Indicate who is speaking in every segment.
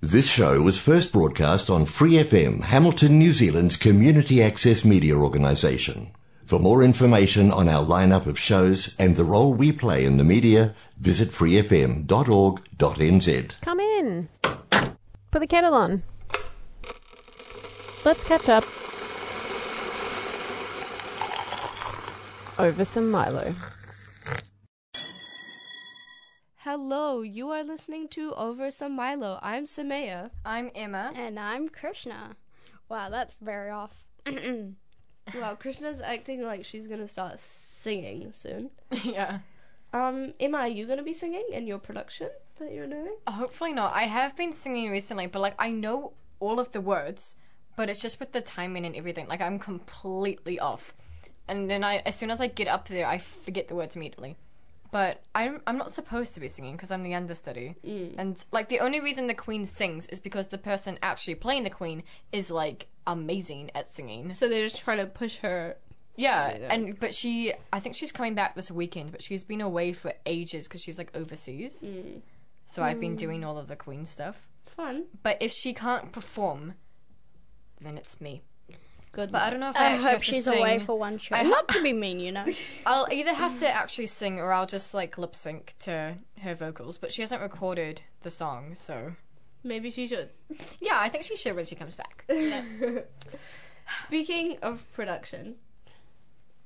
Speaker 1: This show was first broadcast on Free FM, Hamilton, New Zealand's community access media organisation. For more information on our lineup of shows and the role we play in the media, visit freefm.org.nz.
Speaker 2: Come in. Put the kettle on. Let's catch up over some Milo.
Speaker 3: Hello, you are listening to Over Some Milo. I'm Samaya.
Speaker 4: I'm Emma.
Speaker 5: And I'm Krishna. Wow, that's very off.
Speaker 3: Wow, Krishna's acting like she's gonna start singing soon.
Speaker 4: yeah.
Speaker 3: Um, Emma, are you gonna be singing in your production that you're doing?
Speaker 4: Uh, Hopefully not. I have been singing recently, but like I know all of the words, but it's just with the timing and everything. Like I'm completely off. And then I, as soon as I get up there, I forget the words immediately. But I'm, I'm not supposed to be singing because I'm the understudy. And like the only reason the queen sings is because the person actually playing the queen is like amazing at singing.
Speaker 3: So they're just trying to push her.
Speaker 4: Yeah, and but she, I think she's coming back this weekend, but she's been away for ages because she's like overseas. So I've been doing all of the Queen stuff.
Speaker 3: Fun.
Speaker 4: But if she can't perform, then it's me.
Speaker 3: Good.
Speaker 4: But I don't know if I,
Speaker 5: I
Speaker 4: actually
Speaker 5: hope
Speaker 4: have to
Speaker 5: she's
Speaker 4: sing.
Speaker 5: away for one show.
Speaker 4: I ho-
Speaker 5: Not to be mean, you know.
Speaker 4: I'll either have to actually sing or I'll just like lip sync to her vocals. But she hasn't recorded the song, so
Speaker 3: Maybe she should.
Speaker 4: yeah, I think she should when she comes back.
Speaker 3: Speaking of production,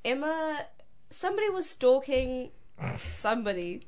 Speaker 3: Emma, somebody was stalking somebody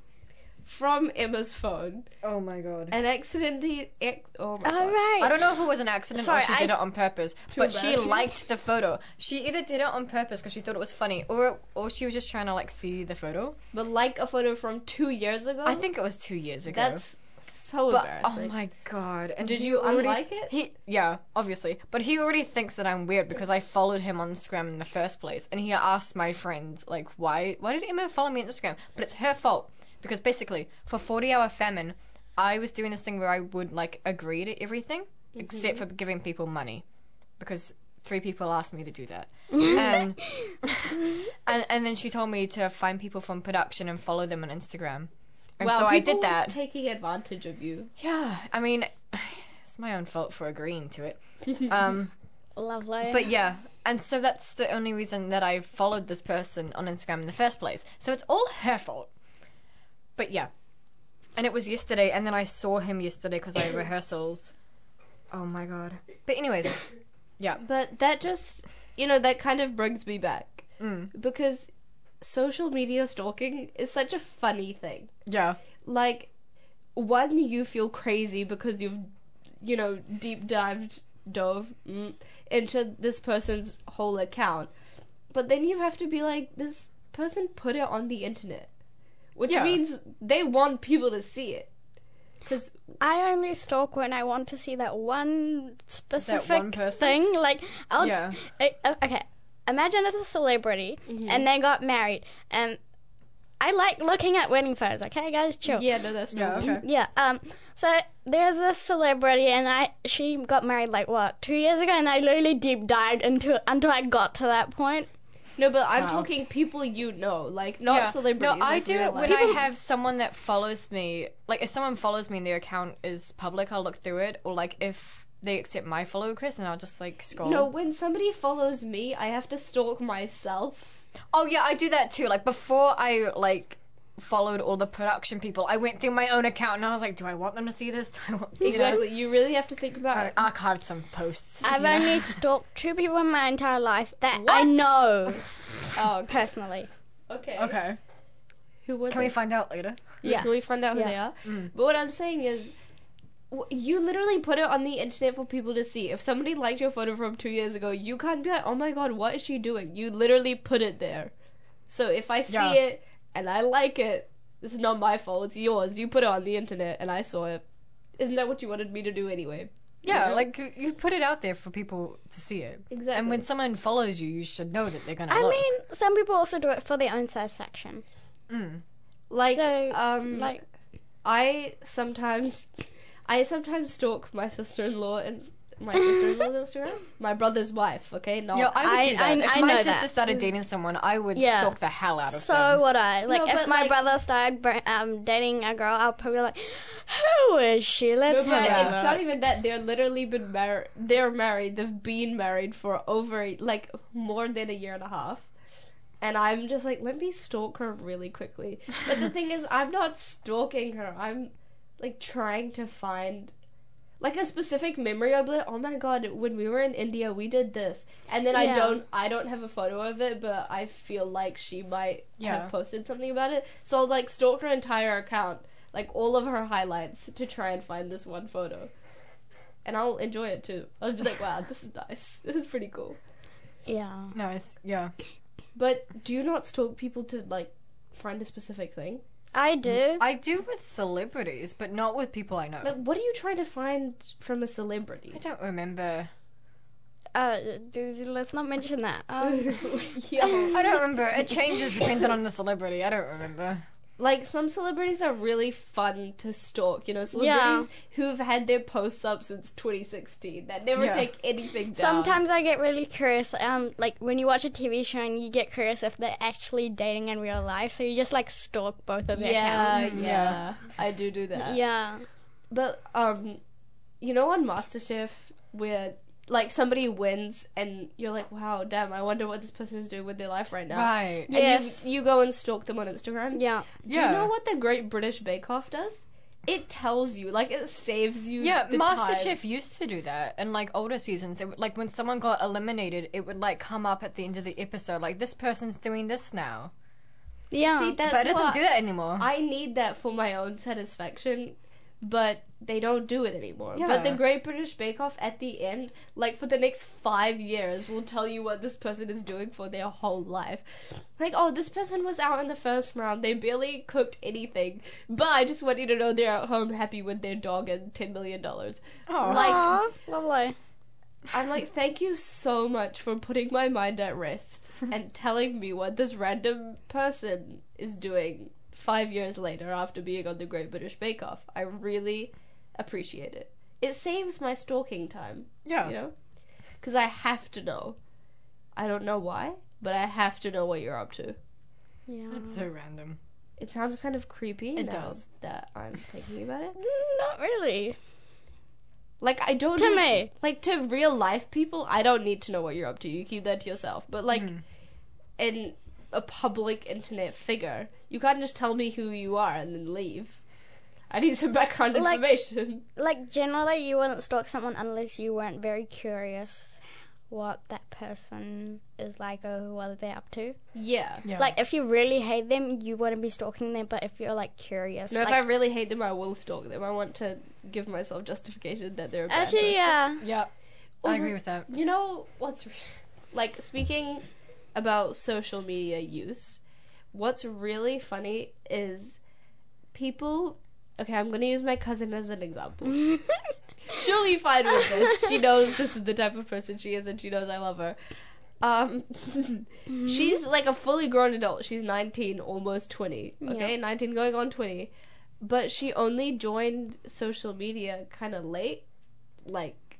Speaker 3: from Emma's phone
Speaker 4: Oh my god.
Speaker 3: and accidentally. Ac- oh my
Speaker 5: All
Speaker 3: god.
Speaker 5: right.
Speaker 4: I don't know if it was an accident
Speaker 5: Sorry,
Speaker 4: or she
Speaker 5: I-
Speaker 4: did it on purpose, but she
Speaker 3: bad.
Speaker 4: liked the photo. She either did it on purpose because she thought it was funny, or or she was just trying to like see the photo.
Speaker 3: But like a photo from two years ago.
Speaker 4: I think it was two years ago.
Speaker 3: that's so
Speaker 4: But oh
Speaker 3: embarrassing.
Speaker 4: my god! And
Speaker 3: Did
Speaker 4: he
Speaker 3: you
Speaker 4: already-
Speaker 3: unlike it?
Speaker 4: He yeah, obviously. But he already thinks that I'm weird because I followed him on Instagram in the first place, and he asked my friends like, why why did Emma follow me on Instagram? But it's her fault because basically for 40 hour famine, I was doing this thing where I would like agree to everything except
Speaker 3: Mm-hmm.
Speaker 4: for giving people money because three people asked me to do that. and, and and then she told me to find people from production and follow them on Instagram. And
Speaker 3: Wow,
Speaker 4: so I
Speaker 3: people
Speaker 4: did that.
Speaker 3: Taking advantage of you.
Speaker 4: Yeah, I mean, it's my own fault for agreeing to it. Um,
Speaker 5: Lovely.
Speaker 4: but yeah, and so that's the only reason that I followed this person on Instagram in the first place. So it's all her fault. But yeah, and it was yesterday, and then I saw him yesterday because I had rehearsals. Oh my god! But anyways,
Speaker 3: But that just, you know, that kind of brings me back.
Speaker 4: Mm.
Speaker 3: Because social media stalking is such a funny thing.
Speaker 4: yeah,
Speaker 3: Like, one, you feel crazy because you've, you know, deep dived, dove mm, into this person's whole account. But then you have to be like, this person put it on the internet. Which
Speaker 4: Yeah.
Speaker 3: means they want people to see it. Because
Speaker 5: I only stalk when I want to see that one specific
Speaker 4: person?
Speaker 5: thing. Like, I'll
Speaker 4: Yeah. Mm-hmm.
Speaker 5: just, okay. Imagine it's a celebrity and they got married, and I like looking at wedding photos. Okay, guys, chill.
Speaker 3: yeah, no, that's
Speaker 4: yeah,
Speaker 3: normal.
Speaker 4: okay.
Speaker 5: Yeah. Um. So there's this celebrity, and I she got married like what two years ago, and I literally deep dived into it until I got to that point.
Speaker 3: No, but I'm
Speaker 4: Wow.
Speaker 3: talking people you know, like not
Speaker 4: Yeah.
Speaker 3: celebrities.
Speaker 4: No, I
Speaker 3: like
Speaker 4: do
Speaker 3: real
Speaker 4: it when
Speaker 3: life.
Speaker 4: I have someone that follows me. Like, if someone follows me and their account is public, I'll look through it. Or, like, if they accept my follow request, and I'll just, like, scroll.
Speaker 3: No, when somebody follows me, I have to stalk myself.
Speaker 4: Oh, yeah, I do that too. Like, before I, like, followed all the production people, I went through my own account and I was like, do I want them to see this? Do I want you know?
Speaker 3: Exactly. You really have to think about
Speaker 4: I
Speaker 3: it.
Speaker 4: archived some posts.
Speaker 5: I've only stalked two people in my entire life that I know
Speaker 3: Oh, okay.
Speaker 5: personally.
Speaker 3: okay.
Speaker 4: um, okay.
Speaker 3: Who would
Speaker 4: Can we find out later?
Speaker 3: yeah. Can we find out who
Speaker 5: Yeah.
Speaker 3: they are? But what I'm saying is, w- you literally put it on the internet for people to see. If somebody liked your photo from two years ago, you can't be like, "Oh my god, what is she doing?" You literally put it there. So if I see
Speaker 4: Yeah.
Speaker 3: it and I like it, it's not my fault. It's yours. You put it on the internet, and I saw it. Isn't that what you wanted me to do anyway?
Speaker 4: Yeah,
Speaker 3: Yeah.
Speaker 4: like, you- you put it out there for people to see it.
Speaker 3: Exactly.
Speaker 4: And when someone follows you, you should know that they're going to
Speaker 5: I
Speaker 4: look.
Speaker 5: mean, some people also do it for their own satisfaction.
Speaker 3: like
Speaker 5: So,
Speaker 3: um
Speaker 5: Like,
Speaker 3: I sometimes I sometimes stalk my sister-in-law and my sister's Instagram, my brother's wife. Okay, no,
Speaker 4: Yo, I would
Speaker 5: I-
Speaker 4: do that.
Speaker 5: I-
Speaker 4: if
Speaker 5: I
Speaker 4: my
Speaker 5: know
Speaker 4: sister
Speaker 5: that. Mm.
Speaker 4: started dating someone, I would
Speaker 5: Yeah.
Speaker 4: stalk the hell out of
Speaker 5: So
Speaker 4: them.
Speaker 5: would I. Like, if
Speaker 3: but,
Speaker 5: my
Speaker 3: like-
Speaker 5: brother started br- um, dating a girl, I'll probably be like, who is she? Let's
Speaker 3: No, but
Speaker 5: have
Speaker 3: it's
Speaker 5: a
Speaker 3: not even that. They're literally been married. They're married. They've been married for over like more than a year and a half. And I'm just like, let me stalk her really quickly. But the thing is, I'm not stalking her. I'm like trying to find like a specific memory. I'm like, oh my god, when we were in India, we did this, and then I
Speaker 5: Yeah.
Speaker 3: don't, I don't have a photo of it, but I feel like she might
Speaker 4: Yeah.
Speaker 3: have posted something about it. So I'll like stalk her entire account, like all of her highlights, to try and find this one photo. And I'll enjoy it too. I'll be like, wow, this is nice. This is pretty cool.
Speaker 5: Yeah.
Speaker 4: Nice, yeah.
Speaker 3: But do you not stalk people to like find a specific thing?
Speaker 5: I do.
Speaker 3: Hmm.
Speaker 4: I do with celebrities, but not with people I know.
Speaker 3: Like, what are you trying to find from a celebrity?
Speaker 4: I don't remember.
Speaker 5: Uh, let's not mention that. Um,
Speaker 3: Yeah.
Speaker 4: I don't remember. It changes depending on the celebrity. I don't remember.
Speaker 3: like some celebrities are really fun to stalk. You know, celebrities who've had their posts up since 2016 that never
Speaker 4: Yeah.
Speaker 3: take anything down.
Speaker 5: sometimes I get really curious. Um, like when you watch a TV show and you get curious if they're actually dating in real life, so you just like stalk both of their
Speaker 3: yeah,
Speaker 5: accounts.
Speaker 3: yeah, I do do that.
Speaker 5: Yeah.
Speaker 3: But um, you know, on MasterChef, where like somebody wins and you're like, wow, damn, I wonder what this person is doing with their life right now.
Speaker 4: Right.
Speaker 3: And
Speaker 5: Yes.
Speaker 3: you, you go and stalk them on Instagram.
Speaker 5: Yeah.
Speaker 3: Do you know
Speaker 4: Yeah.
Speaker 3: what the Great British Bake Off does? It tells you, like, it saves you.
Speaker 4: Yeah,
Speaker 3: the time.
Speaker 4: MasterChef used to do that in like older seasons. It would, like when someone got eliminated, it would like come up at the end of the episode, like this person's doing this now,
Speaker 5: Yeah.
Speaker 3: See, that's
Speaker 4: but it doesn't
Speaker 3: what
Speaker 4: do that anymore.
Speaker 3: I need that for my own satisfaction, but they don't do it anymore. But the
Speaker 4: Yeah.
Speaker 3: Great British Bake Off at the end, like for the next five years, will tell you what this person is doing for their whole life. Like, oh, this person was out in the first round, they barely cooked anything, but I just want you to know they're at home happy with their dog and $10 million.
Speaker 4: Oh.
Speaker 3: Like,
Speaker 5: Aw, lovely.
Speaker 3: I'm like, thank you so much for putting my mind at rest and telling me what this random person is doing five years later after being on the Great British Bake Off. I really appreciate it. It saves my stalking time,
Speaker 4: yeah,
Speaker 3: you know? Because I have to know. I don't know why, but I have to know what you're up to.
Speaker 5: Yeah.
Speaker 4: it's so random.
Speaker 3: It sounds kind of creepy
Speaker 4: It
Speaker 3: now
Speaker 4: does.
Speaker 3: that I'm thinking about it.
Speaker 5: Not really.
Speaker 3: Like I don't
Speaker 5: To
Speaker 3: need-
Speaker 5: me.
Speaker 3: Like to real life people, I don't need to know what you're up to. You keep that to yourself. But like
Speaker 5: Hmm.
Speaker 3: in a public internet figure, you can't just tell me who you are and then leave. I need some background
Speaker 5: Like-
Speaker 3: information.
Speaker 5: Like generally, you wouldn't stalk someone unless you weren't very curious what that person is like or what they're up to.
Speaker 3: Yeah.
Speaker 4: Yeah,
Speaker 5: Like if you really hate them, you wouldn't be stalking them. But if you're like curious,
Speaker 3: No, if I
Speaker 5: like,
Speaker 3: really hate them, I will stalk them. I want to give myself justification that they're a bad person.
Speaker 5: actually, yeah,
Speaker 4: yeah, I agree with that.
Speaker 3: You know what's re- like speaking about social media use. What's really funny is people. Okay, I'm gonna use my cousin as an example. She'll be fine with this. She knows this is the type of person she is, and she knows I love her. Um, she's like a fully grown adult. She's 19, almost 20. Okay, 19 going on 20. But she only joined social media kind of late, like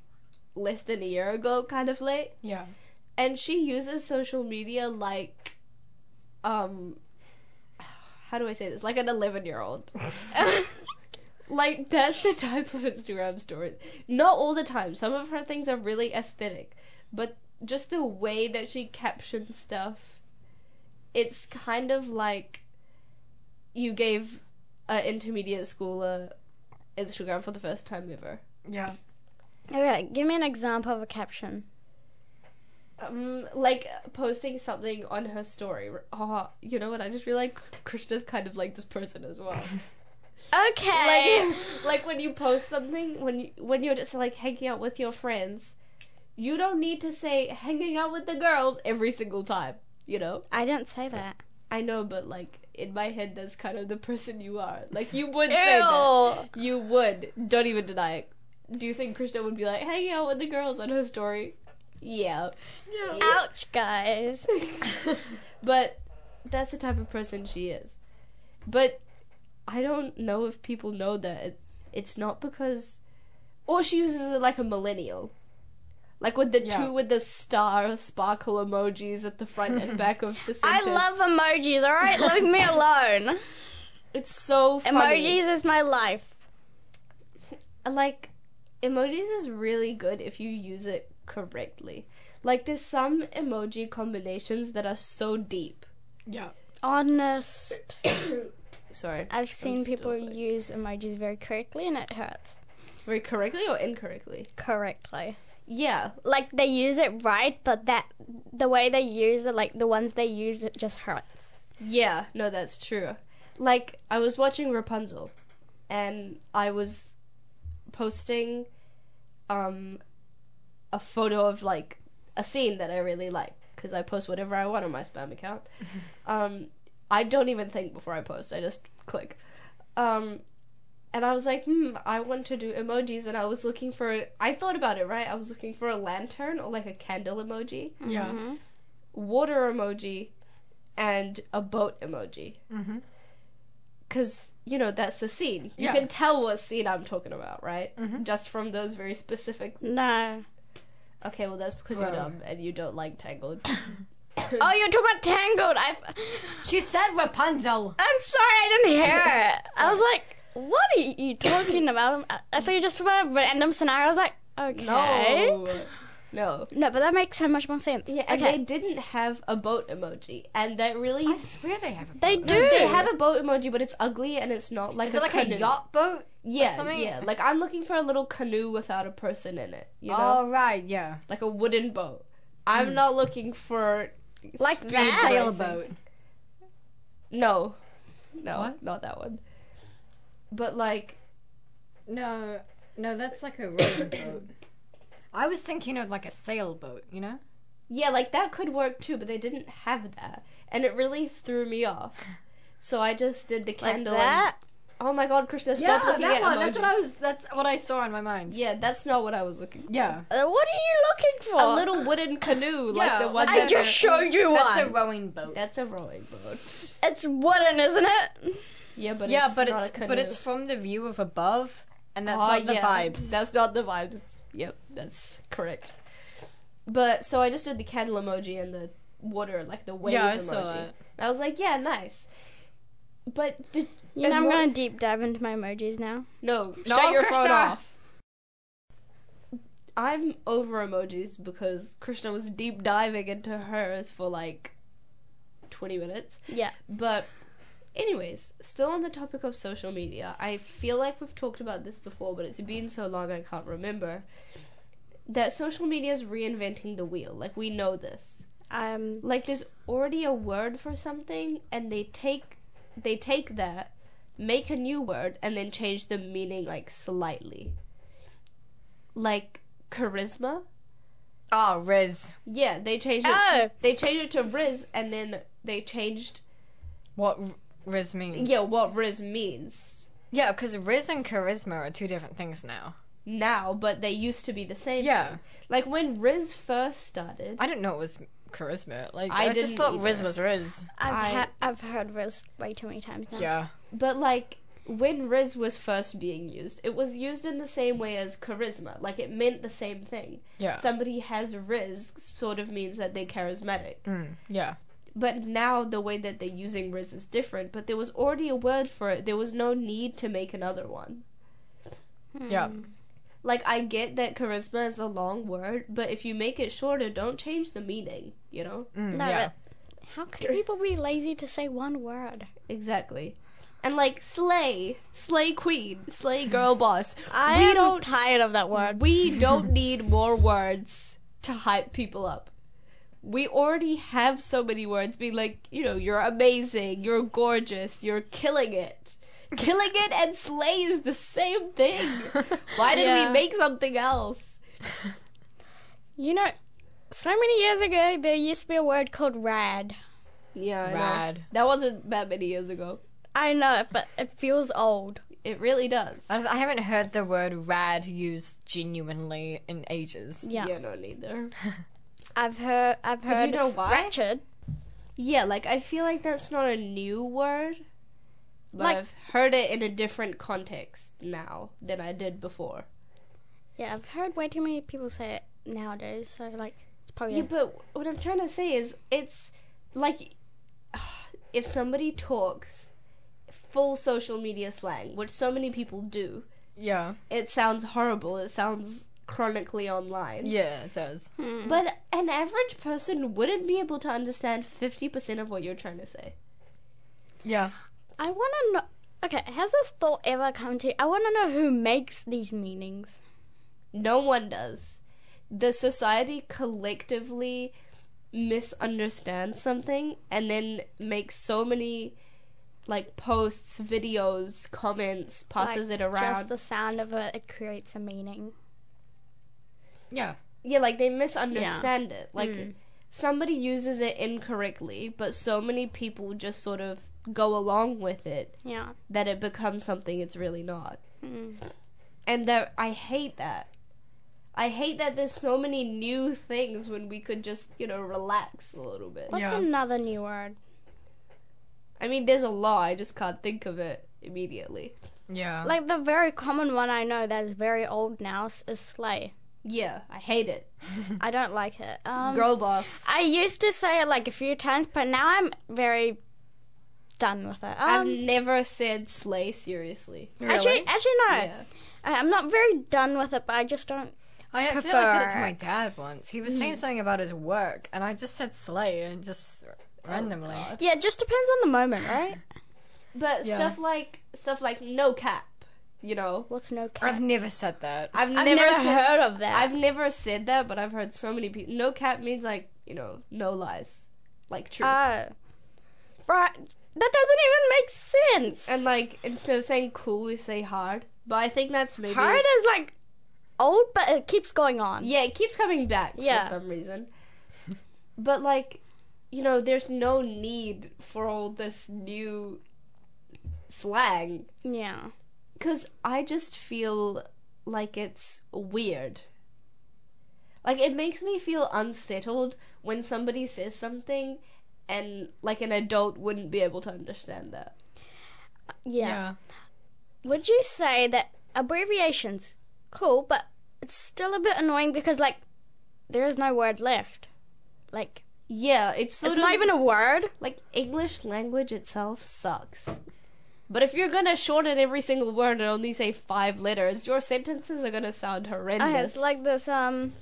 Speaker 3: less than a year ago, kind of late.
Speaker 4: Yeah,
Speaker 3: And she uses social media like, um, how do I say this? Like an 11 year old. like, that's the type of Instagram story. Not all the time. Some of her things are really aesthetic, but just the way that she captions stuff, it's kind of like you gave an intermediate schooler Instagram for the first time ever.
Speaker 4: yeah.
Speaker 5: Okay, give me an example of a caption.
Speaker 3: um, like posting something on her story. Oh, you know what? I just realized Krishna's kind of like this person as well.
Speaker 5: Okay.
Speaker 3: like, like when you post something, when you, when you're just like hanging out with your friends, you don't need to say hanging out with the girls every single time. You know,
Speaker 5: I didn't say that.
Speaker 3: I know, but like in my head, that's kind of the person you are. Like you would say that.
Speaker 5: Oh.
Speaker 3: You would. Don't even deny it. Do you think Krishna would be like hanging out with the girls on her story? Yeah.
Speaker 5: Ouch, guys.
Speaker 3: But that's the type of person she is. But I don't know if people know that it, it's not because, or she uses it like a millennial. Like with the
Speaker 4: Yeah.
Speaker 3: two with the star sparkle emojis at the front and back of the
Speaker 5: I
Speaker 3: sentence.
Speaker 5: love emojis, all right? Leave me alone.
Speaker 3: It's so funny.
Speaker 5: Emojis is my life.
Speaker 3: like emojis is really good if you use it correctly. Like there's some emoji combinations that are so deep.
Speaker 4: Yeah.
Speaker 5: Honest.
Speaker 3: Sorry.
Speaker 5: I've seen
Speaker 3: still
Speaker 5: people
Speaker 3: sick.
Speaker 5: use emojis very correctly and it hurts.
Speaker 3: Very correctly or incorrectly?
Speaker 5: Correctly.
Speaker 3: Yeah.
Speaker 5: Like they use it right, but that the way they use it, like the ones they use, it just hurts.
Speaker 3: Yeah, no, that's true. Like, I was watching Rapunzel, and I was posting um, a photo of, like, a scene that I really like, because I post whatever I want on my spam account. um, I don't even think before I post, I just click. Um, and I was like, hmm, I want to do emojis, and I was looking for, I thought about it, right? I was looking for a lantern or, like, a candle emoji Mm-hmm.
Speaker 4: Yeah.
Speaker 3: water emoji and a boat emoji. Because, you know, that's the scene. You
Speaker 4: Yeah.
Speaker 3: can tell what scene I'm talking about, right? Just from those very specific.
Speaker 5: No.
Speaker 3: Okay, well, that's because you're dumb and you don't like Tangled.
Speaker 5: Oh, you're talking about Tangled. I,
Speaker 4: She said Rapunzel.
Speaker 5: I'm sorry, I didn't hear it. I was like, what are you talking about? I- I thought you just about a random scenario. I was like, okay.
Speaker 3: No. No.
Speaker 5: No, but that makes so much more sense.
Speaker 3: Yeah, and they
Speaker 5: okay.
Speaker 3: didn't have a boat emoji. And that really.
Speaker 4: I swear they have a
Speaker 5: They,
Speaker 4: boat.
Speaker 5: do.
Speaker 3: They have a boat emoji, but it's ugly and it's not like
Speaker 4: Is
Speaker 3: a
Speaker 4: it like
Speaker 3: canoe.
Speaker 4: a yacht boat?
Speaker 3: Yeah,
Speaker 4: something?
Speaker 3: yeah. Like I'm looking for a little canoe without a person in it. You know,
Speaker 4: Oh, right, yeah.
Speaker 3: like a wooden boat. I'm not looking for
Speaker 5: like
Speaker 3: speed racing.
Speaker 5: that.
Speaker 4: Sailboat.
Speaker 3: No. No,
Speaker 4: What?
Speaker 3: not that one. But like
Speaker 4: No, no, that's like a rowing boat. I was thinking of like a sailboat, you know?
Speaker 3: yeah, like that could work too, but they didn't have that. And it really threw me off. So I just did the
Speaker 5: Like
Speaker 3: candle.
Speaker 5: that.
Speaker 3: And, oh my god, Krishna, stop looking at emojis.
Speaker 4: That's what I was. That's what I saw in my mind.
Speaker 3: Yeah, that's not what I was looking for.
Speaker 4: Yeah,
Speaker 5: Uh, what are you looking for?
Speaker 3: A little wooden canoe, like
Speaker 4: Yeah,
Speaker 3: the one
Speaker 4: like
Speaker 5: I
Speaker 3: that
Speaker 5: just showed you one.
Speaker 4: that's a rowing boat.
Speaker 3: That's a rowing boat.
Speaker 5: It's wooden, isn't it?
Speaker 3: Yeah, but
Speaker 4: yeah,
Speaker 3: it's
Speaker 4: but
Speaker 3: not
Speaker 4: it's
Speaker 3: a canoe.
Speaker 4: but it's from the view of above, and that's
Speaker 3: Ah,
Speaker 4: not the
Speaker 3: yeah,
Speaker 4: vibes.
Speaker 3: That's not the vibes. Yep, that's correct. But so I just did the candle emoji and the water, like the wave
Speaker 4: Yeah, I
Speaker 3: emoji.
Speaker 4: saw it.
Speaker 3: And I was like, yeah, nice. But did,
Speaker 5: You know, I'm
Speaker 3: emo-
Speaker 5: going to deep dive into my emojis now.
Speaker 3: no,
Speaker 4: No,
Speaker 3: shut your phone
Speaker 4: Krishna!
Speaker 3: off. I'm over emojis because Krishna was deep diving into hers for like twenty minutes.
Speaker 5: Yeah.
Speaker 3: But, anyways, still on the topic of social media, I feel like we've talked about this before, but it's been so long I can't remember. That social media is reinventing the wheel. Like, we know this.
Speaker 5: Um,
Speaker 3: Like, there's already a word for something, and they take they take that, make a new word, and then change the meaning like slightly. Like charisma.
Speaker 4: Oh, Riz,
Speaker 3: Yeah, they changed it.
Speaker 5: Oh.
Speaker 3: They changed it to Riz, and then they changed
Speaker 4: what r- Riz means?
Speaker 3: yeah what Riz means.
Speaker 4: Yeah, because Riz and charisma are two different things now.
Speaker 3: now, but they used to be the same.
Speaker 4: Yeah.
Speaker 3: thing. Like when Riz first started,
Speaker 4: I didn't know it was charisma. Like
Speaker 3: I
Speaker 4: I, just
Speaker 3: didn't
Speaker 4: thought Riz
Speaker 3: either.
Speaker 4: was Riz.
Speaker 5: I've,
Speaker 3: I-
Speaker 5: ha- I've heard Riz way too many times now.
Speaker 4: Yeah.
Speaker 3: but like when Riz was first being used, it was used in the same way as charisma. Like it meant the same thing.
Speaker 4: Yeah.
Speaker 3: Somebody has Riz sort of means that they're charismatic.
Speaker 4: Mm, yeah.
Speaker 3: But now the way that they're using Riz is different, but there was already a word for it. There was no need to make another one.
Speaker 4: Yeah.
Speaker 3: Like I get that charisma is a long word, but if you make it shorter, don't change the meaning, you know?
Speaker 4: Mm,
Speaker 5: No,
Speaker 4: yeah.
Speaker 5: but how can people be lazy to say one word?
Speaker 3: Exactly. And like slay, slay queen, slay girl boss.
Speaker 5: I
Speaker 3: we
Speaker 5: am
Speaker 3: don't
Speaker 5: tired of that word.
Speaker 3: we don't need more words to hype people up. We already have so many words being like, you know, you're amazing, you're gorgeous, you're killing it. Killing it and slay is the same thing. Why did
Speaker 5: Yeah.
Speaker 3: we make something else?
Speaker 5: You know, so many years ago, there used to be a word called rad.
Speaker 3: Yeah, I know.
Speaker 4: Rad.
Speaker 3: That wasn't that many years ago.
Speaker 5: I know, but it feels old.
Speaker 3: It really does.
Speaker 4: I I haven't heard the word rad used genuinely in ages.
Speaker 5: Yeah,
Speaker 3: yeah no, neither.
Speaker 5: I've heard. I've heard.
Speaker 3: you know why?
Speaker 5: Ratchet.
Speaker 3: Yeah, like I feel like that's not a new word. But
Speaker 5: Like-
Speaker 3: I've heard it in a different context now than I did before.
Speaker 5: Yeah, I've heard way too many people say it nowadays. So like, it's probably
Speaker 3: Yeah, but what I'm trying to say is it's like if somebody talks full social media slang, which so many people do,
Speaker 4: Yeah.
Speaker 3: it sounds horrible. It sounds chronically online.
Speaker 4: Yeah, it does.
Speaker 3: But an average person wouldn't be able to understand 50% of what you're trying to say.
Speaker 4: Yeah.
Speaker 5: I want to know. Okay, has this thought ever come to you? I want to know who makes these meanings.
Speaker 3: No one does. The society collectively misunderstands something and then makes so many like posts, videos, comments, passes
Speaker 5: Like,
Speaker 3: it around.
Speaker 5: Just the sound of it, it creates a meaning.
Speaker 4: Yeah.
Speaker 3: yeah, like they misunderstand it. Like
Speaker 5: Mm.
Speaker 3: somebody uses it incorrectly, but so many people just sort of go along with it
Speaker 5: Yeah.
Speaker 3: that it becomes something it's really not.
Speaker 5: Hmm.
Speaker 3: And that I hate that. I hate that there's so many new things when we could just, you know, relax a little bit.
Speaker 5: What's
Speaker 4: Yeah.
Speaker 5: another new word?
Speaker 3: I mean, there's a lot, I just can't think of it immediately.
Speaker 4: Yeah.
Speaker 5: Like the very common one I know that is very old now s- is slay.
Speaker 3: Yeah, I hate it.
Speaker 5: I don't like it. Um,
Speaker 3: Girl boss.
Speaker 5: I used to say it like a few times, but now I'm very done with it.
Speaker 3: I've
Speaker 5: Um,
Speaker 3: never said slay seriously.
Speaker 5: Actually, actually no.
Speaker 3: Yeah.
Speaker 5: I, I'm not very done with it, but I just don't.
Speaker 4: I accidentally said it to
Speaker 5: prefer-
Speaker 4: my dad once. He was saying something about his work, and I just said slay and just randomly.
Speaker 5: Yeah, it just depends on the moment, right?
Speaker 3: But
Speaker 4: Yeah.
Speaker 3: stuff like stuff like no cap, you know.
Speaker 5: What's no
Speaker 4: I've
Speaker 5: cap?
Speaker 4: never said that.
Speaker 3: I've
Speaker 5: I've,
Speaker 3: never,
Speaker 5: never,
Speaker 3: said,
Speaker 5: heard of that.
Speaker 3: I've never said that, but I've heard so many people. No cap means like you know no lies, like truth.
Speaker 5: Oh. Right. That doesn't even make sense.
Speaker 3: and like instead of saying cool, you say hard. But I think that's maybe
Speaker 5: Hard is like old, but it keeps going on.
Speaker 3: Yeah, it keeps coming back
Speaker 5: Yeah.
Speaker 3: for some reason. But like, you know, there's no need for all this new slang
Speaker 5: Yeah.
Speaker 3: because I just feel like it's weird. Like it makes me feel unsettled when somebody says something and like an adult wouldn't be able to understand that.
Speaker 5: yeah.
Speaker 4: yeah.
Speaker 5: Would you say that abbreviations, cool, but it's still a bit annoying because, like, there is no word left. Like,
Speaker 3: Yeah, it's sort
Speaker 5: it's
Speaker 3: of
Speaker 5: not even a word.
Speaker 3: like English language itself sucks. But if you're gonna shorten every single word and only say five letters, your sentences are gonna sound horrendous.
Speaker 5: Okay, Uh, it's like this, um.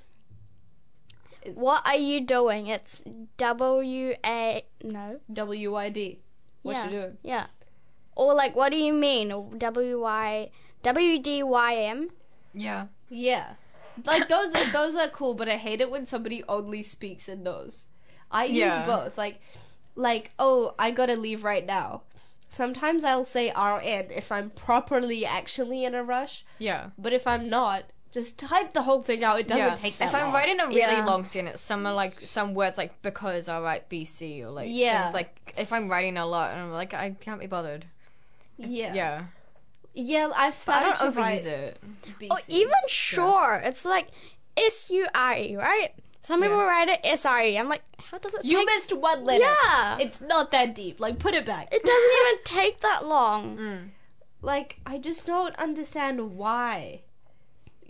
Speaker 5: What are you doing? It's W A. No.
Speaker 3: W I D. What
Speaker 5: yeah.
Speaker 3: you doing?
Speaker 5: Yeah. Or, like, what do you mean? Or W Y. W D Y M?
Speaker 4: Yeah.
Speaker 3: Yeah, like those are those are cool, but I hate it when somebody only speaks in those. I use
Speaker 4: Yeah.
Speaker 3: both, like like oh, I gotta leave right now. Sometimes I'll say RN if I'm properly actually in a rush,
Speaker 4: Yeah.
Speaker 3: but if I'm not, just type the whole thing out. It doesn't
Speaker 4: yeah.
Speaker 3: take that
Speaker 4: if
Speaker 3: long.
Speaker 4: I'm writing a really
Speaker 5: Yeah.
Speaker 4: long sentence, some are like some words like because I write BC or like
Speaker 3: Yeah.
Speaker 4: things like if I'm writing a lot and I'm like I can't be bothered.
Speaker 3: yeah, yeah,
Speaker 4: Yeah,
Speaker 3: I've
Speaker 4: but I
Speaker 3: started
Speaker 4: don't
Speaker 3: to write
Speaker 4: overuse it. Oh,
Speaker 5: Or
Speaker 3: BC.
Speaker 5: even sure, it's like S U R E, right? Some people
Speaker 4: Yeah.
Speaker 5: write it S R E. I'm like, how does it?
Speaker 3: You
Speaker 5: take...
Speaker 3: missed one letter.
Speaker 5: Yeah.
Speaker 3: It's not that deep. Like, put it back.
Speaker 5: It doesn't even take that long.
Speaker 3: Mm. like, I just don't understand why.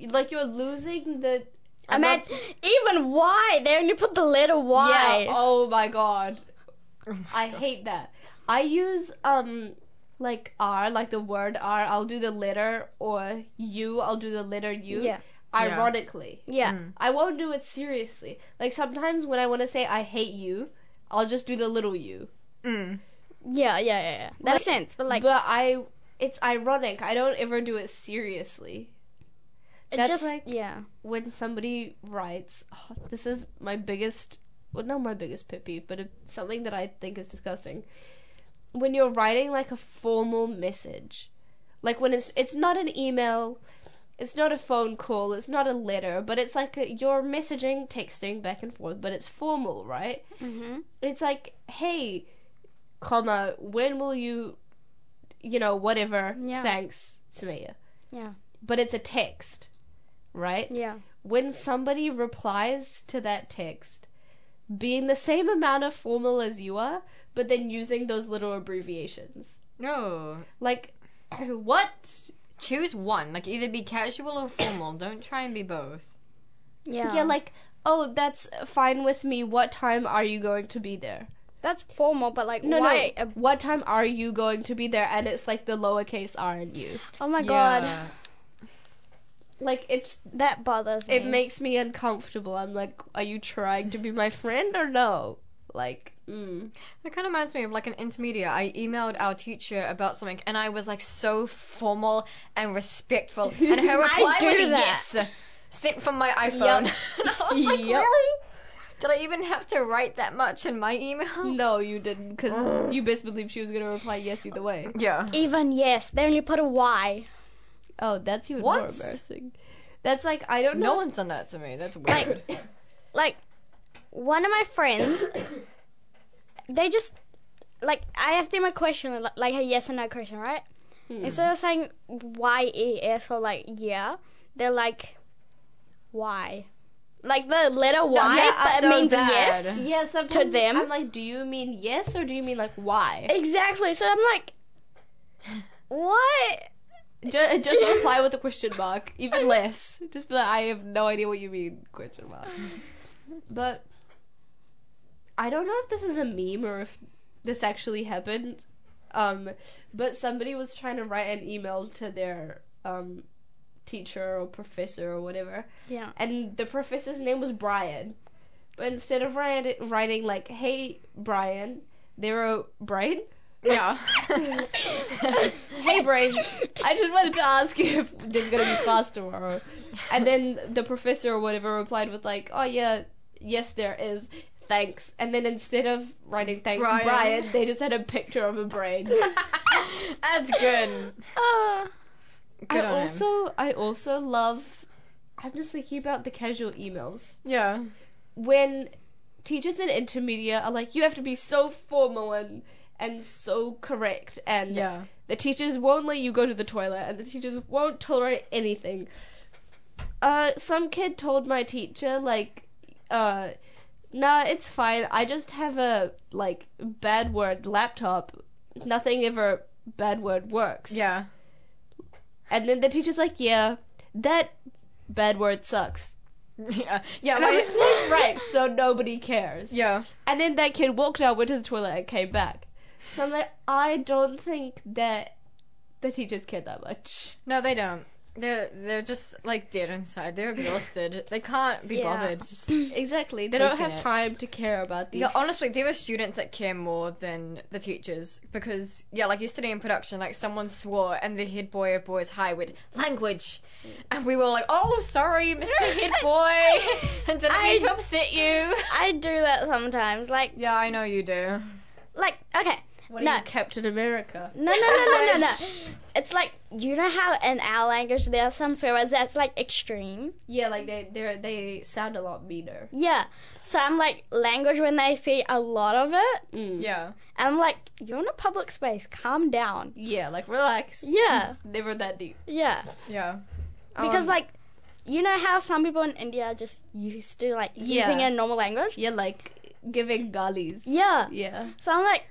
Speaker 3: Like, you're losing the.
Speaker 5: I mean, even Y, they only put the letter Y.
Speaker 3: Yeah. Oh my god. I hate that. I use, um, like R, like the word R, I'll do the letter, or U, I'll do the letter U.
Speaker 5: Yeah.
Speaker 3: Ironically.
Speaker 5: yeah.
Speaker 3: I won't do it seriously. Like, sometimes when I want to say I hate you, I'll just do the little U.
Speaker 5: yeah, yeah, yeah, yeah. That makes sense, but like,
Speaker 3: but I. It's ironic. I don't ever do it seriously.
Speaker 5: it
Speaker 3: that's
Speaker 5: just
Speaker 3: like-
Speaker 5: yeah,
Speaker 3: when somebody writes, oh, this is my biggest, well, not my biggest pet peeve, but it's something that I think is disgusting. When you're writing like a formal message, like when it's it's not an email, it's not a phone call, it's not a letter, but it's like a, you're messaging, texting back and forth, but it's formal, right? Mm-hmm. It's like, hey, comma, when will you, you know, whatever,
Speaker 5: Yeah.
Speaker 3: thanks, Smeya.
Speaker 5: yeah,
Speaker 3: But it's a text, right?
Speaker 5: yeah.
Speaker 3: when somebody replies to that text being the same amount of formal as you are, but then using those little abbreviations.
Speaker 4: No,
Speaker 3: Like, what?
Speaker 4: choose one. Like either be casual or formal. Don't try and be both.
Speaker 5: Yeah.
Speaker 3: Yeah, like, oh, that's fine with me. What time are you going to be there?
Speaker 5: that's formal, but like
Speaker 3: No,
Speaker 5: why? uh,
Speaker 3: no. What time are you going to be there? And it's like the lowercase r and you.
Speaker 5: Oh my god,
Speaker 4: Yeah.
Speaker 3: Like it's
Speaker 5: that bothers me.
Speaker 3: it makes me uncomfortable. I'm like, are you trying to be my friend or no? Like, mm.
Speaker 4: That kind of reminds me of like an intermediate. I emailed our teacher about something and I was like so formal and respectful. And her reply
Speaker 5: do
Speaker 4: was a
Speaker 5: that.
Speaker 4: yes. Sent from my iPhone. and I was like,
Speaker 3: Yep.
Speaker 4: really? Did I even have to write that much in my email?
Speaker 3: no, you didn't, because you best believe she was gonna reply yes either way.
Speaker 4: Yeah.
Speaker 5: Even yes, they only put a Y.
Speaker 3: Oh, that's even more
Speaker 4: What?
Speaker 3: embarrassing. That's like I don't know.
Speaker 4: No one's done that to me. That's weird.
Speaker 5: Like one of my friends, they just like I asked them a question, li- like a yes or no question, right?
Speaker 4: Hmm.
Speaker 5: Instead of saying Y E S or like yeah, they're like why, like the letter Y,
Speaker 4: that's
Speaker 5: but
Speaker 4: so
Speaker 5: it means
Speaker 4: bad.
Speaker 5: yes.
Speaker 3: yeah, sometimes
Speaker 5: them.
Speaker 3: I'm like, do you mean yes or do you mean like why?
Speaker 5: Exactly. So I'm like, what?
Speaker 3: Just, just reply with a question mark, even less. Just be like, I have no idea what you mean, question mark. But I don't know if this is a meme or if this actually happened. Um, but somebody was trying to write an email to their um, teacher or professor or whatever,
Speaker 5: Yeah.
Speaker 3: and the professor's name was Brian. But instead of write, writing like, "Hey Brian," they wrote Brian.
Speaker 4: yeah.
Speaker 3: hey brain i just wanted to ask you if there's gonna be class tomorrow and then the professor or whatever replied with like oh yeah yes there is thanks and then instead of writing thanks brian,
Speaker 4: Brian.
Speaker 3: they just had a picture of a brain
Speaker 4: That's good.
Speaker 5: Uh,
Speaker 3: i
Speaker 4: on him.
Speaker 3: also i also love i'm just thinking about the casual emails
Speaker 4: Yeah.
Speaker 3: when teachers in intermediate are like you have to be so formal and and so correct and
Speaker 4: Yeah.
Speaker 3: The teachers won't let you go to the toilet, and the teachers won't tolerate anything. Uh, some kid told my teacher, like, uh, nah, it's fine. I just have a, like, bad word laptop. Nothing ever bad word works.
Speaker 4: Yeah.
Speaker 3: And then the teacher's like, yeah, that bad word sucks.
Speaker 4: Yeah. Yeah.
Speaker 3: And I
Speaker 4: my-
Speaker 3: was like, right, so nobody cares.
Speaker 4: yeah.
Speaker 3: And then that kid walked out, went to the toilet, and came back. So I'm like, I don't think that the teachers care that much.
Speaker 4: No, they don't. They're they're just like dead inside. They're exhausted. they can't be
Speaker 5: Yeah.
Speaker 4: bothered. Just-
Speaker 3: Exactly. They don't
Speaker 4: Facing
Speaker 3: have
Speaker 4: it.
Speaker 3: time to care about these.
Speaker 4: Yeah, honestly, there are students that care more than the teachers because, yeah, like yesterday in production, like someone swore and the head boy of boys high went language, and we were like, "Oh, sorry, Mr. Head Boy, and didn't mean to upset you."
Speaker 5: I do that sometimes. Like,
Speaker 4: Yeah, I know you do.
Speaker 5: like okay.
Speaker 3: What
Speaker 5: no.
Speaker 3: are you, Captain America.
Speaker 5: No, no, no, no, no, no. It's like you know how in our language there are some swear words that's like extreme.
Speaker 3: Yeah, like they they they sound a lot meaner.
Speaker 5: Yeah. So I'm like language when they say a lot of it,
Speaker 4: Yeah,
Speaker 5: and I'm like, you're in a public space. Calm down.
Speaker 3: Yeah, like relax.
Speaker 5: Yeah.
Speaker 3: It's never that deep.
Speaker 5: Yeah.
Speaker 4: yeah,
Speaker 5: Because
Speaker 3: Um,
Speaker 5: like, you know how some people in India are just used to like using
Speaker 3: Yeah.
Speaker 5: a normal language.
Speaker 3: yeah, like giving gullies.
Speaker 5: Yeah.
Speaker 3: Yeah.
Speaker 5: So I'm like,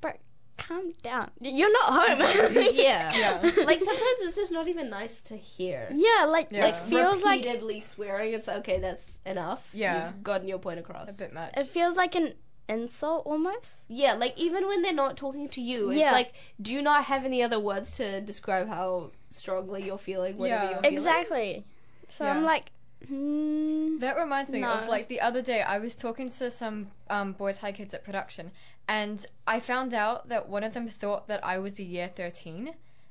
Speaker 5: bro, calm down. Y- You're not home.
Speaker 3: Yeah.
Speaker 4: Yeah.
Speaker 3: like sometimes it's just not even nice to hear.
Speaker 5: yeah. Like,
Speaker 4: Yeah.
Speaker 5: it feels like
Speaker 3: repeatedly swearing. It's okay. That's enough.
Speaker 4: Yeah.
Speaker 3: You've gotten your point across.
Speaker 4: a bit much.
Speaker 5: it feels like an insult almost.
Speaker 3: Yeah, like even when they're not talking to you, it's
Speaker 5: Yeah.
Speaker 3: like, do you not have any other words to describe how strongly you're feeling? Whatever
Speaker 4: Yeah.
Speaker 3: you're feeling?
Speaker 5: Exactly. So I'm
Speaker 4: Yeah.
Speaker 5: like, hmm.
Speaker 4: That reminds me of
Speaker 5: No.
Speaker 4: like the other day I was talking to some um, boys high kids at production, and I found out that one of them thought that I was a year thirteen,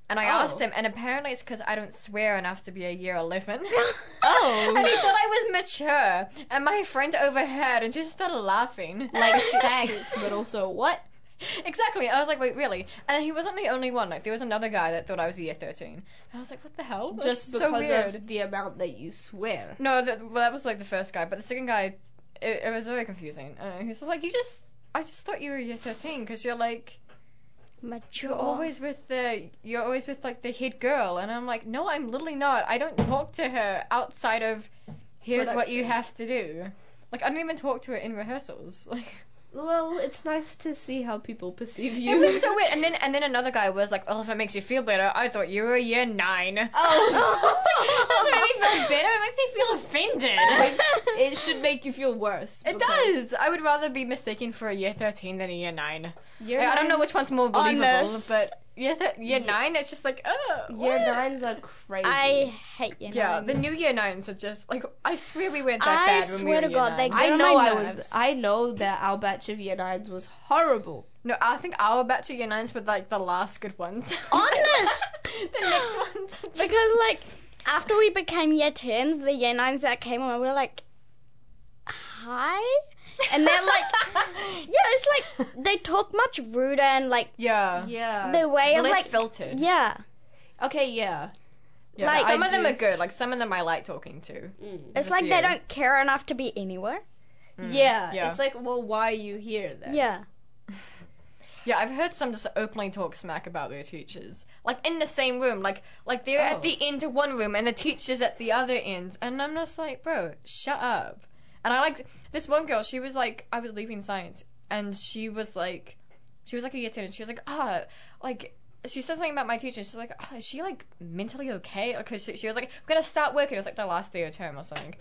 Speaker 4: and I
Speaker 3: Oh.
Speaker 4: asked him, and apparently it's because I don't swear enough to be a year eleven.
Speaker 3: Oh.
Speaker 4: and he thought I was mature, and my friend overheard and just started laughing.
Speaker 3: like thanks, but also what?
Speaker 4: exactly, I was like, wait, really? And he wasn't the only one. Like there was another guy that thought I was a year thirteen, and I was like, what the hell?
Speaker 3: Just
Speaker 4: That's so
Speaker 3: because
Speaker 4: weird.
Speaker 3: of the amount that you swear.
Speaker 4: No, that, well, that was like the first guy, but the second guy, it, it was very confusing. Uh, he was just like, "You just, I just thought you were year thirteen because you're like,
Speaker 5: mature.
Speaker 4: you're always with the, you're always with like the head girl," and I'm like, "No, I'm literally not. I don't talk to her outside of, here's what you have to do. Like, I don't even talk to her in rehearsals. Like,
Speaker 3: Well, it's nice to see how people perceive you.
Speaker 4: It was so weird. And then and then another guy was like, "Well, if it makes you feel better, I thought you were year nine.
Speaker 3: oh,
Speaker 4: Does it make me feel better? It makes me feel offended.
Speaker 3: it should make you feel worse.
Speaker 4: It does. I would rather be mistaken for a year thirteen than a year nine.
Speaker 3: Year
Speaker 4: I don't know which
Speaker 3: nines-
Speaker 4: one's more believable,
Speaker 5: Honest.
Speaker 4: but year th- year nine, it's just like oh
Speaker 3: Year
Speaker 4: what?
Speaker 3: nines are crazy.
Speaker 5: I hate you.
Speaker 4: Yeah, the new year nines are just like I swear we weren't that
Speaker 5: I
Speaker 4: bad.
Speaker 5: swear
Speaker 4: when we
Speaker 5: to
Speaker 4: were
Speaker 5: God,
Speaker 4: year
Speaker 5: they
Speaker 4: nine.
Speaker 5: get
Speaker 3: I
Speaker 5: on
Speaker 3: know
Speaker 5: my
Speaker 3: I was.
Speaker 5: nerves.
Speaker 3: I know that our batch of year nines was horrible.
Speaker 4: No, I think our batch of year nines were like the last good ones.
Speaker 5: Honest.
Speaker 4: the next ones. are just-
Speaker 5: Because like after we became year tens, the year nines that came on were like, hi, and they're like, yeah, it's like they talk much ruder and like
Speaker 4: yeah.
Speaker 3: Yeah.
Speaker 5: the way of
Speaker 4: Less
Speaker 5: like
Speaker 4: filtered.
Speaker 5: yeah,
Speaker 3: okay. Yeah.
Speaker 4: Yeah,
Speaker 5: Like-
Speaker 4: some
Speaker 5: I
Speaker 4: of them
Speaker 3: do-
Speaker 4: are good. Like some of them I like talking to.
Speaker 5: it's like
Speaker 4: Yeah.
Speaker 5: they don't care enough to be anywhere.
Speaker 3: Mm, yeah.
Speaker 4: Yeah.
Speaker 3: It's like, well, why are you here then?
Speaker 5: Yeah,
Speaker 4: Yeah, I've heard some just openly talk smack about their teachers, like in the same room, like like they're at the end of one room and the teachers at the other end, and I'm just like, bro, shut up. And I liked this one girl. She was like, I was leaving science, and she was like, she was like a year ten, and she was like, ah, like. She said something about my teacher. and She's like, oh, "Is she like mentally okay?" Because she, she was like, "I'm gonna start working." It was like the last day of term or something,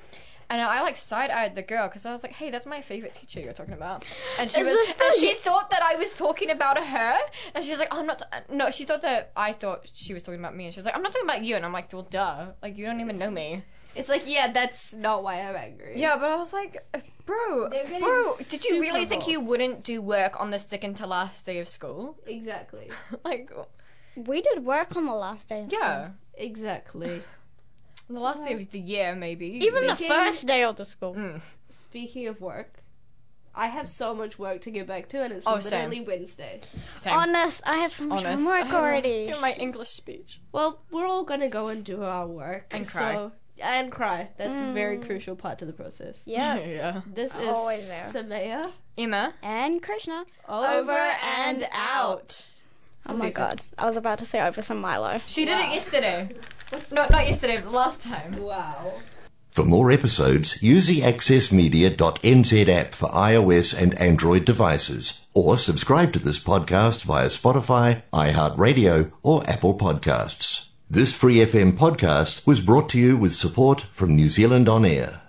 Speaker 4: and I like side-eyed the girl because I was like, "Hey, that's my favorite teacher you're talking about," and she
Speaker 5: Is
Speaker 4: was,
Speaker 5: this the
Speaker 4: and she thought that I was talking about her, and she was like, "I'm not." uh, No, she thought that I thought she was talking about me, and she was like, "I'm not talking about you," and I'm like, "Well, duh, like you don't even know me."
Speaker 3: It's like, yeah, that's not why I'm angry.
Speaker 4: Yeah, but I was like, uh, "Bro,
Speaker 3: They're getting
Speaker 4: bro, did you really
Speaker 3: super
Speaker 4: think
Speaker 3: bold.
Speaker 4: you wouldn't do work on the second to last day of school?"
Speaker 3: Exactly.
Speaker 4: Like,
Speaker 5: we did work on the last day. Of school.
Speaker 4: yeah,
Speaker 3: Exactly.
Speaker 4: the last day of the year, maybe. Mm,
Speaker 5: even the
Speaker 3: Speaking-
Speaker 5: first day of the school.
Speaker 3: Speaking of work, I have so much work to get back to, and it's
Speaker 4: Oh, same.
Speaker 3: literally Wednesday.
Speaker 4: Same.
Speaker 5: Honest, I have so much
Speaker 4: Honest. I have
Speaker 5: homework
Speaker 4: to
Speaker 5: already.
Speaker 4: Do my English speech.
Speaker 3: Well, we're all gonna go and do our work
Speaker 4: And cry.
Speaker 3: so- and cry. That's a very crucial part to the process.
Speaker 5: Yeah,
Speaker 4: yeah.
Speaker 3: This is
Speaker 5: Always there.
Speaker 3: Samaya
Speaker 4: Emma.
Speaker 5: and Krishna.
Speaker 3: over and out.
Speaker 5: Oh my god, I was about to say over some Milo.
Speaker 4: She did it yesterday. No, not yesterday, but last time.
Speaker 3: Wow.
Speaker 1: For more episodes, use the accessmedia.nz app for iOS and Android devices, or subscribe to this podcast via Spotify, iHeartRadio, or Apple Podcasts. This Free FM podcast was brought to you with support from New Zealand On Air.